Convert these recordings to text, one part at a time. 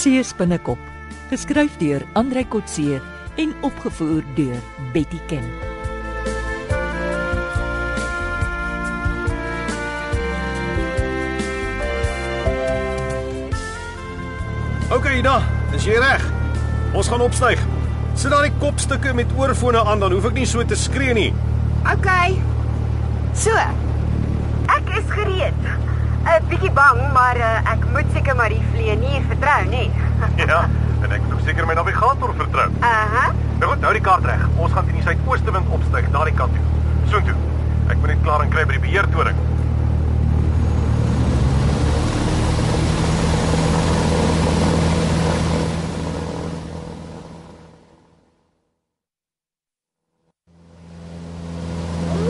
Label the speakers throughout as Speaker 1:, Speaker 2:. Speaker 1: See se binnekop, geskryf deur Andrei Kotse en opgevoer deur Betty Ken.
Speaker 2: OK, Ida, is jy reg? Ons gaan opstyg. Sit dan die kopstukke met oorfone aan, dan hoef ek nie so te skree nie.
Speaker 3: OK. So. Ek is gereed. 'n Bietjie bang, maar uh, ek moet seker maar die vlee nie vertrou nie.
Speaker 4: Ja, en ek moet ook seker my navigator vertrou.
Speaker 3: Aha.
Speaker 4: Nou goed, hou die kaart reg. Ons gaan teen die suidooste wind opstyg, daardie kant toe. Soontoe. Ek moet net klaar en kry by die beheertoring.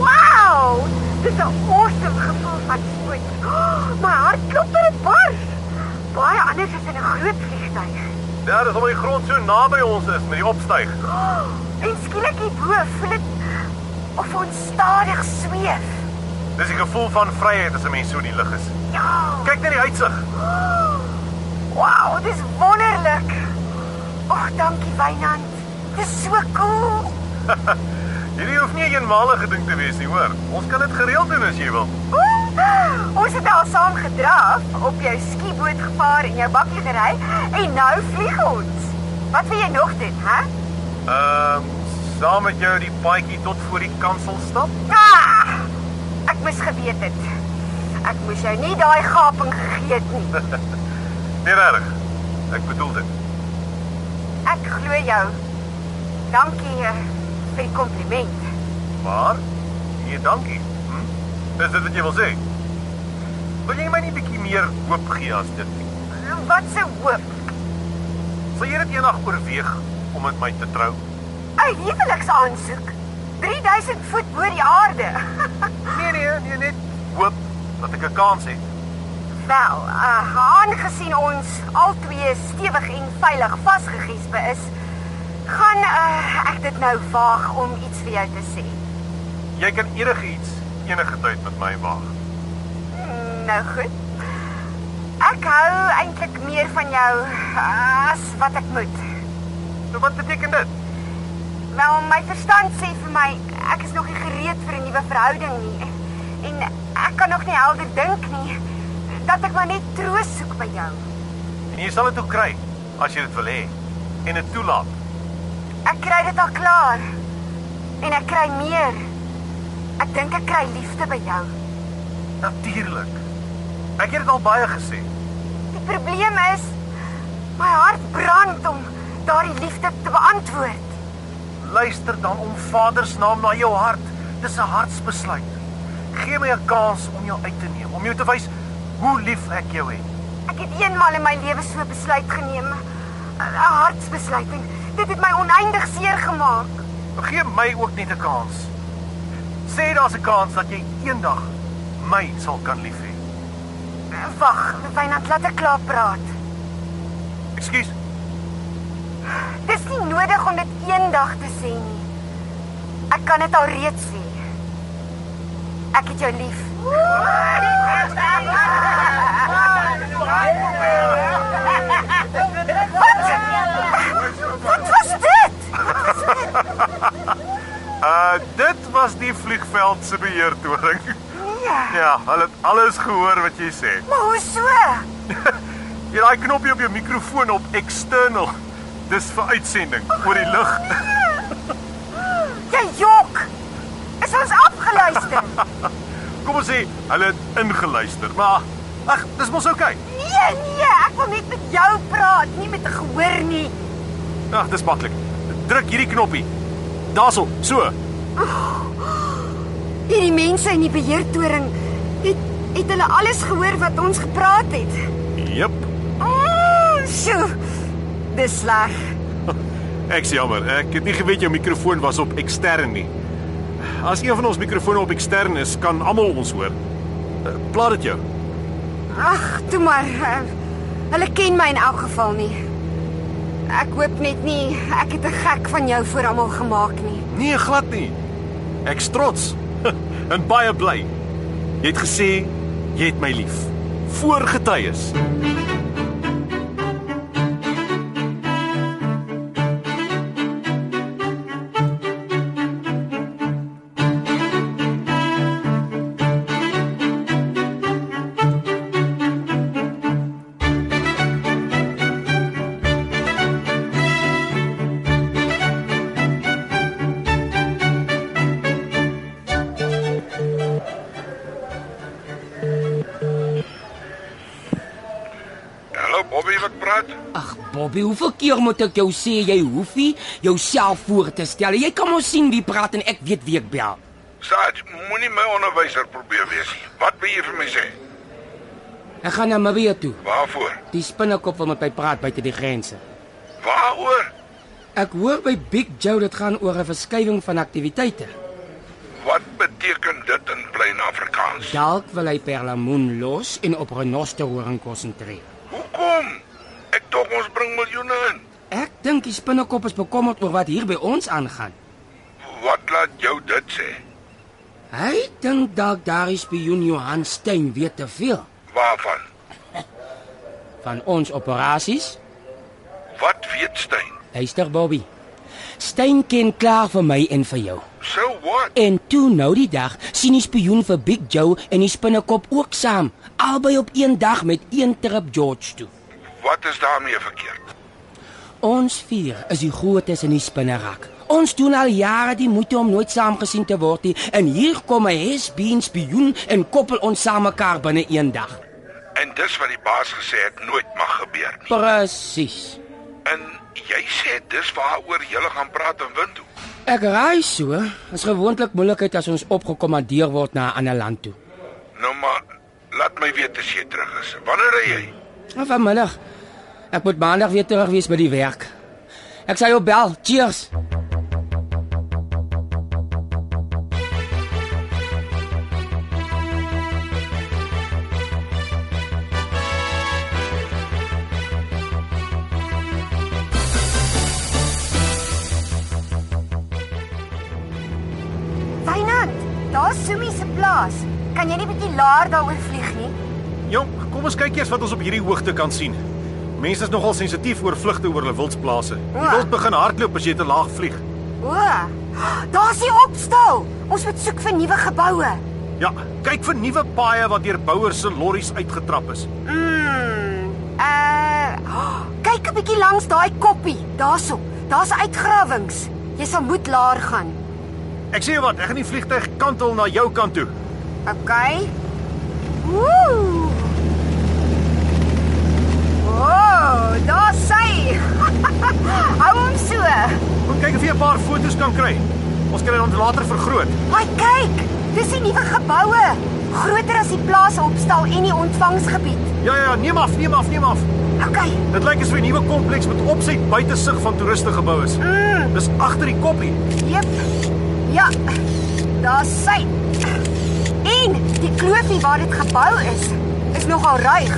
Speaker 3: Wow! Dis 'n awesome gevoel van spoed. Oh, my hart klop tot dit bars. Baie anders as in 'n groot vliegtuig.
Speaker 4: Ja, dis omdat die grond so naby ons is met die opstyg.
Speaker 3: Oh, en skielik hier bo voel dit of ons stadig sweef.
Speaker 4: Dis die gevoel van vryheid as 'n mens so in die lug is.
Speaker 3: Ja.
Speaker 4: Kyk net die uitsig.
Speaker 3: Oh, wow, dis wonderlik. Ag, oh, dankie Wynand. Dis so cool.
Speaker 4: Hierdie hoef nie 'n eenmalige ding te wees nie, hoor. Ons kan dit gereeld doen as jy wil.
Speaker 3: Oeh, Ons het al saam gedraaf, op jou skieboot gevaar en jou bakkie gery en nou vlieg ons. Wat wil jy nog doen, hè?
Speaker 4: Ehm, saam met jou die paadjie tot voor die kansel stap.
Speaker 3: Ah! Ek moes geweet het. Ek moes jou nie daai gaping gegee het nie.
Speaker 4: Nee, reg. Ek bedoel dit.
Speaker 3: Ek glo jou. Dankie eh, vir die kompliment.
Speaker 4: Maar nee, dankie. Hm? Is dit wat jy wil sê? Wil jy my nie bietjie meer hoop gee as dit? nie?
Speaker 3: Wat 'n hoop.
Speaker 4: Sal jy dit eendag oorweeg om met my te trou?
Speaker 3: 'n Huweliksaansoek. 3000 voet bo die aarde.
Speaker 4: Nee nee, nee net hoop dat ek 'n kans het.
Speaker 3: Wel, uh, aangesien ons albei stewig en veilig vasgegiesbe is, gaan uh, ek dit nou waag om iets vir jou te sê.
Speaker 4: Jy kan enige iets enige tyd met my waag.
Speaker 3: Mm, Nou goed. Ek hou eintlik meer van jou eh, as wat ek moet.
Speaker 4: So Nou, wat beteken dit?
Speaker 3: Wel, my verstand sê vir my ek is nog nie gereed vir 'n nuwe verhouding nie. En ek kan nog nie helder dink nie dat ek maar net troos soek by jou.
Speaker 4: En jy sal dit ook kry as jy dit wil hê en dit toelaat.
Speaker 3: Ek kry dit al klaar. En ek kry meer. Ek dink ek kry liefde by jou.
Speaker 4: Natuurlik. Ek het dit al baie gesê.
Speaker 3: Die probleem is my hart brand om daardie liefde te beantwoord.
Speaker 4: Luister dan om Vader se naam na jou hart. Dis 'n hartsbesluit. Gee my 'n kans om jou uit te neem, om jou te wys hoe lief ek jou het.
Speaker 3: Ek het eenmal in my lewe so 'n besluit geneem, 'n hartsbesluit en dit het my oneindig seer gemaak.
Speaker 4: Gee my ook net 'n kans. Sê daar's 'n kans dat jy eendag my sal kan lief hê.
Speaker 3: Wag, Wynand, laat ek klaar praat.
Speaker 4: Ekskuus,
Speaker 3: Dis nie nodig om dit eendag te sê nie. Ek kan dit al reeds sê. Ek het jou lief. Wat? Wat was dit?
Speaker 4: uh dit was die vliegveld se beheertoring.
Speaker 3: Nee,
Speaker 4: ja, hulle het alles gehoor wat jy sê.
Speaker 3: maar hoe so?
Speaker 4: Jy daai knoppie op jou mikrofoon op external. Dis vir uitsending oor die lug.
Speaker 3: Jy jok. Is ons afgeluister?
Speaker 4: Kom ons sê hulle het ingeluister, maar ag, dis mos oukei. Okay.
Speaker 3: Nee, nee, ek wil net met jou praat, nie met 'n gehoor nie.
Speaker 4: Ag, dis maklik. Druk hierdie knoppie. Daarso, so.
Speaker 3: Hierdie mense in die beheertoring het het hulle alles gehoor wat ons gepraat het.
Speaker 4: Jep.
Speaker 3: Ooh, sjoe. Dis sleg.
Speaker 4: Ek sê jammer, ek het nie geweet jou mikrofoon was op ekstern nie. As een van ons mikrofone op ekstern is, kan almal ons hoor. Eh, Pla dit jou.
Speaker 3: Ag, toe maar. eh, Hulle ken my in elk geval nie. Ek hoop net nie ek het 'n gek van jou voor almal gemaak nie.
Speaker 4: Nee, glad nie. Ek's trots en baie bly. Jy het gesê jy het my lief. Voor getuies.
Speaker 5: Bobby, hoeveel keer moet ek jou sê jy hoef nie jouself voor te stel. Jy kan mos sien wie praat en ek weet wie ek bel.
Speaker 6: Sarge, moenie my onderwyser probeer wees nie. Wat wil jy vir my sê?
Speaker 5: Ek gaan na Maria toe.
Speaker 6: Waarvoor?
Speaker 5: Die spinnekop wil met my praat buite die grense.
Speaker 6: Waaroor?
Speaker 5: Ek hoor by Big Joe dit gaan oor 'n verskywing van aktiwiteite.
Speaker 6: Wat beteken dit in plain Afrikaans?
Speaker 5: Dalk wil hy perlamoen los en op renosterhoring konsentreer.
Speaker 6: Hoekom? Ek dink ons bring miljoene in.
Speaker 5: Ek dink die spinnekop is bekommerd oor wat hier by ons aangaan.
Speaker 6: Wat laat jou dit sê?
Speaker 5: Hy dink dalk daardie spioen Johan Stein weet te veel
Speaker 6: Waarvan?
Speaker 5: van ons operasies.
Speaker 6: Wat weet Stein?
Speaker 5: Luister Bobby. Stein ken klaar vir my en vir jou.
Speaker 6: So what?
Speaker 5: En toe nou die dag sien die spioen vir Big Joe en die spinnekop ook saam, albei op een dag met een trip George toe.
Speaker 6: Wat is daarmee verkeerd?
Speaker 5: Ons vier is die grootes in die spinnerak. Ons doen al jare die moeite om nooit saam gesien te word nie en hier kom 'n hesbeen spioen en koppel ons saam mekaar binne een dag.
Speaker 6: En dis wat die baas gesê het nooit mag gebeur nie.
Speaker 5: Presies.
Speaker 6: En jy sê dis waaroor jy gaan praat in Windhoek.
Speaker 5: Ek raai so, is gewoonlik moeilikheid as ons opgekommandeer word na 'n ander land toe.
Speaker 6: Nou maar, laat my weet as jy terug is. Wanneer ry jy?
Speaker 5: Maar vanmiddag. Ek moet maandag weer terug wees by die werk. Ek sal jou bel. Cheers.
Speaker 3: Fynand, daar's Sumi se plaas. Kan jy nie bietjie laer daaroor vlieg nie?
Speaker 4: Jong, kom ons kyk eers wat ons op hierdie hoogte kan sien. Mense is nogal sensitief oor vlugte oor hulle wildsplase. Die wild begin hardloop as jy te laag vlieg.
Speaker 3: O, daar's die opstal. Ons moet soek vir nuwe geboue.
Speaker 4: Ja, kyk vir nuwe paaie wat deur bouers se lorries uitgetrap is.
Speaker 3: Mm. Uh, kyk 'n bietjie langs daai koppie, daarsop. Daar's uitgrawings. Jy sal moet laer gaan.
Speaker 4: Ek sê jou wat, ek gaan die vliegtyg kantel na jou kant toe.
Speaker 3: OK. Ooh. Ooh, daar sy. Hou hom so.
Speaker 4: Kom kyk of jy 'n paar foto's kan kry. Ons kan dit dan later vergroot.
Speaker 3: Haai kyk, dis die nuwe geboue, groter as die plaas opstal en die ontvangsgebied.
Speaker 4: Ja ja, neem af, neem af, neem af.
Speaker 3: OK.
Speaker 4: Dit lyk asof 'n nuwe kompleks met opset buite sig van toeriste gebou is.
Speaker 3: Mm,
Speaker 4: Dis agter die koppie.
Speaker 3: jep. Ja. Daar sy. En die kloofie waar dit gebou is, is nogal ruig.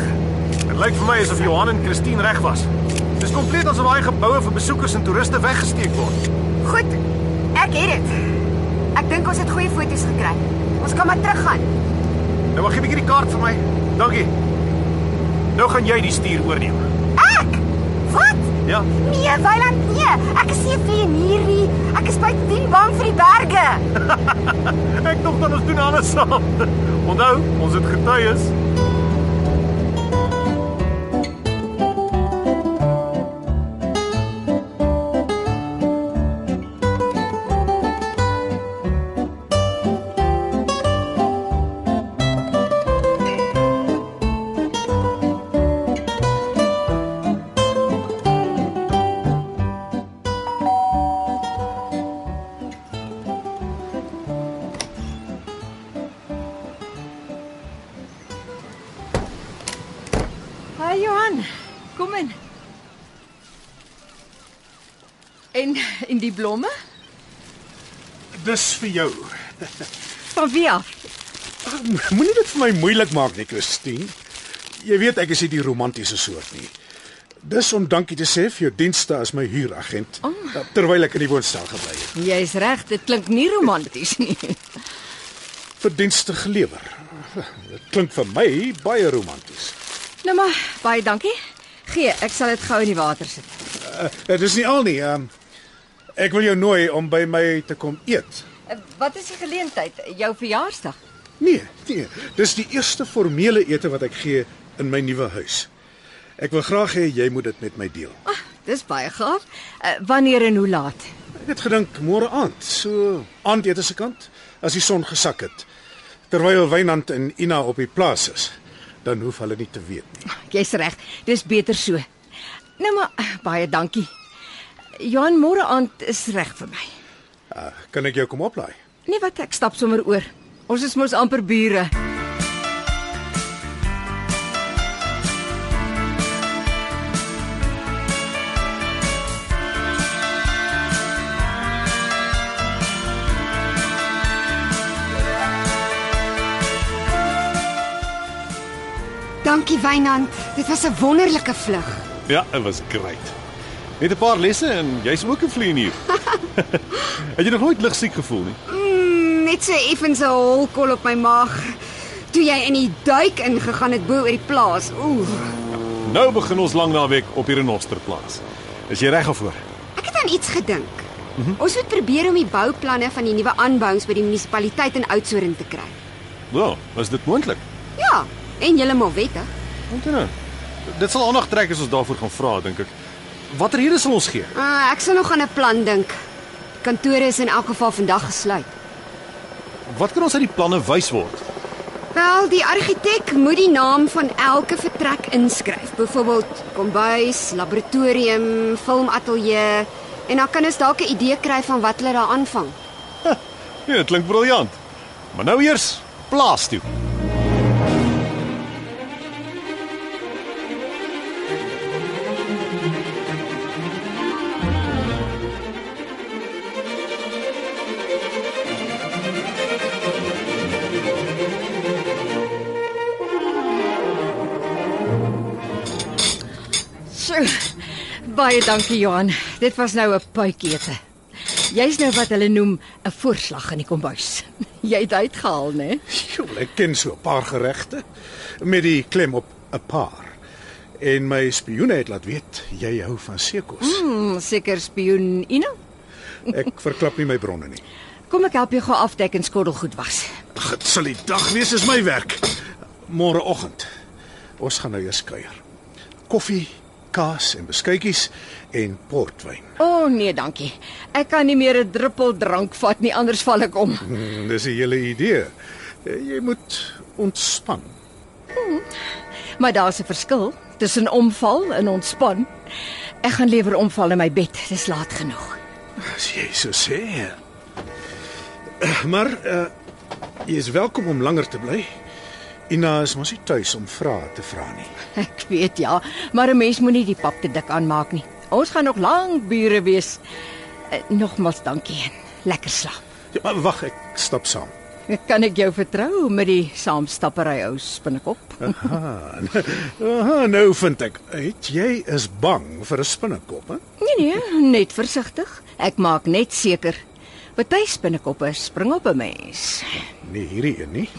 Speaker 4: Dit lyk vir my asof Johan en Christine reg was. Dis kompleet asof daai geboue vir besoekers en toeriste weggesteek word.
Speaker 3: Goed. Ek het dit. Ek dink ons het goeie foto's gekry. Ons kan maar teruggaan.
Speaker 4: Nou mag jy 'n bietjie die kaart vir my. Dankie. Nou gaan jy die stuur oorneem.
Speaker 3: Ek? Wat?
Speaker 4: Ja.
Speaker 3: Nee, Weiland, nee. Ek is nie 'n vlieënier nie. Ek is buitendien bang vir die berge.
Speaker 4: Ek dink dan ons doen alles saam. Onthou, ons het getuies.
Speaker 7: Hi Johan, kom in. En in die blomme?
Speaker 8: Dis vir jou.
Speaker 7: Van wie af?
Speaker 8: Moenie dit vir my moeilik maak nie, Christine. Jy weet ek is nie die romantiese soort nie. Dis om dankie te sê vir jou dienste as my huuragent eh,
Speaker 7: Oh.
Speaker 8: terwyl ek in die woonstel gebly het.
Speaker 7: Jy's reg, dit klink nie romanties nie.
Speaker 8: Vir dienste gelewer. Dit klink vir my baie romanties.
Speaker 7: Nou maar, baie dankie. Gee, ek sal dit gou in die water sit.
Speaker 8: Dit is Eh, nie al nie. Um, ek wil jou nooi om by my te kom eet.
Speaker 7: Eh, Wat is die geleentheid? Jou verjaarsdag?
Speaker 8: Nee, nee. Dis die eerste formele ete wat ek gee in my nuwe huis. Ek wil graag hê jy moet dit met my deel.
Speaker 7: Ah, dis baie gaaf. Eh, Wanneer en hoe laat?
Speaker 8: Ek het gedink môre aand, so aandete se kant, as die son gesak het. Terwyl Wynand en Ina op die plaas is, dan hoef hulle nie te weet nie.
Speaker 7: Jy's reg, dis beter so. Nou maar baie dankie. Johan môre aand is reg vir my.
Speaker 8: Uh, kan ek jou kom oplaai?
Speaker 7: Nee wat ek stap sommer oor. Ons is mos amper bure.
Speaker 3: Dankie Wynand. Dit was 'n wonderlike vlug.
Speaker 4: Ja, dit was great. Net 'n paar lesse en jy's ook 'n vlieënier. Het jy nog nooit ligsiek gevoel nie?
Speaker 3: Mm, net so effens 'n holkol op my maag. Toe jy in die duik ingegaan het bo oor die plaas. Oef.
Speaker 4: Nou begin ons lang naweek op die renosterplaas. Is jy reg daarvoor?
Speaker 3: Ek het aan iets gedink. Mm -hmm. Ons moet probeer om die bouplanne van die nuwe aanbouings by die munisipaliteit in Oudtshoorn te kry.
Speaker 4: Wel, was dit moontlik?
Speaker 3: Ja, en julle moet wette.
Speaker 4: Onthou nou. Dit sal aandag trek as ons daarvoor gaan vra, dink ek. Watter rede sal ons gee?
Speaker 3: Uh, ek sal nog aan 'n plan dink. Kantore is in elk geval vandag gesluit.
Speaker 4: Wat kan ons uit die planne wys word?
Speaker 3: Wel, die argitek moet die naam van elke vertrek inskryf. Byvoorbeeld kombuis, laboratorium, filmatelier en dan kan ons dalk 'n idee kry van wat hulle daar aanvang.
Speaker 4: Ja, dit klink briljant. Maar nou eers plaas toe.
Speaker 7: So, baie dankie Johan. Dit was nou 'n puikete. Jy's nou wat hulle noem 'n voorslag in die kombuis. Jy het uitgehaal, né?
Speaker 8: Jo, ek ken so 'n paar geregte met die klem op 'n paar. En my spioene het laat weet jy hou van seekos.
Speaker 7: Hmm, seker spioen Ina.
Speaker 8: Ek verklap nie my bronne nie.
Speaker 7: Kom ek help jou gou afdek en skottelgoed was.
Speaker 8: Ag, dit sal die dag wees is my werk. Môreoggend. Ons gaan nou eers kuier. Koffie, kaas en beskuitjies en portwyn.
Speaker 7: O oh, nee, dankie. Ek kan nie meer 'n druppel drank vat nie, anders val ek om.
Speaker 8: Hmm, dis 'n hele idee. Eh, Jy moet ontspan.
Speaker 7: Maar daar's 'n verskil tussen omval en ontspan. Ek gaan liewer omval in my bed. Dis laat genoeg.
Speaker 8: As jy so sê. Eh, Maar uh, jy is welkom om langer te bly. Ina is mos nie tuis om vrae te vra nie.
Speaker 7: Ek weet ja, maar 'n mens moenie die pap te dik aanmaak nie. Ons gaan nog lank bure wees. Eh, Nogmaals dankie en lekker slaap.
Speaker 8: Ja, maar wag, ek stap saam.
Speaker 7: Kan ek jou vertrou met die saamstappery ou spinnekop?
Speaker 8: Aha, aha, nou vind ek uit jy is bang vir 'n spinnekop, hè?
Speaker 7: Nee nee, net versigtig. Ek maak net seker. Party spinnekoppe spring op 'n mens.
Speaker 8: Nee, hierdie een nie.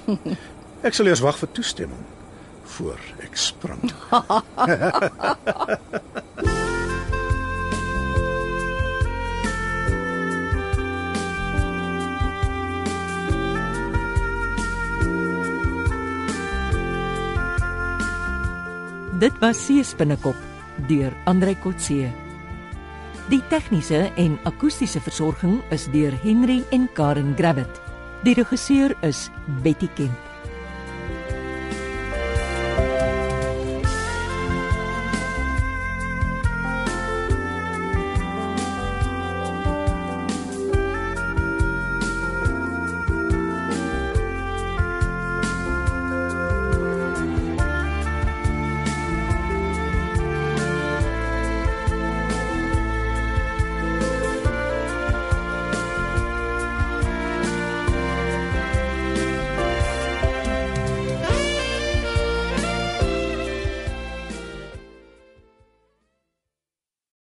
Speaker 8: Ek sal eers wag vir toestemming voor ek spring.
Speaker 1: Dit was Seespinnekop deur Andrei Kotse. Die tegniese en akoestiese versorging is deur Henry en Karen Gravett. Die regisseur is Betty Kemp.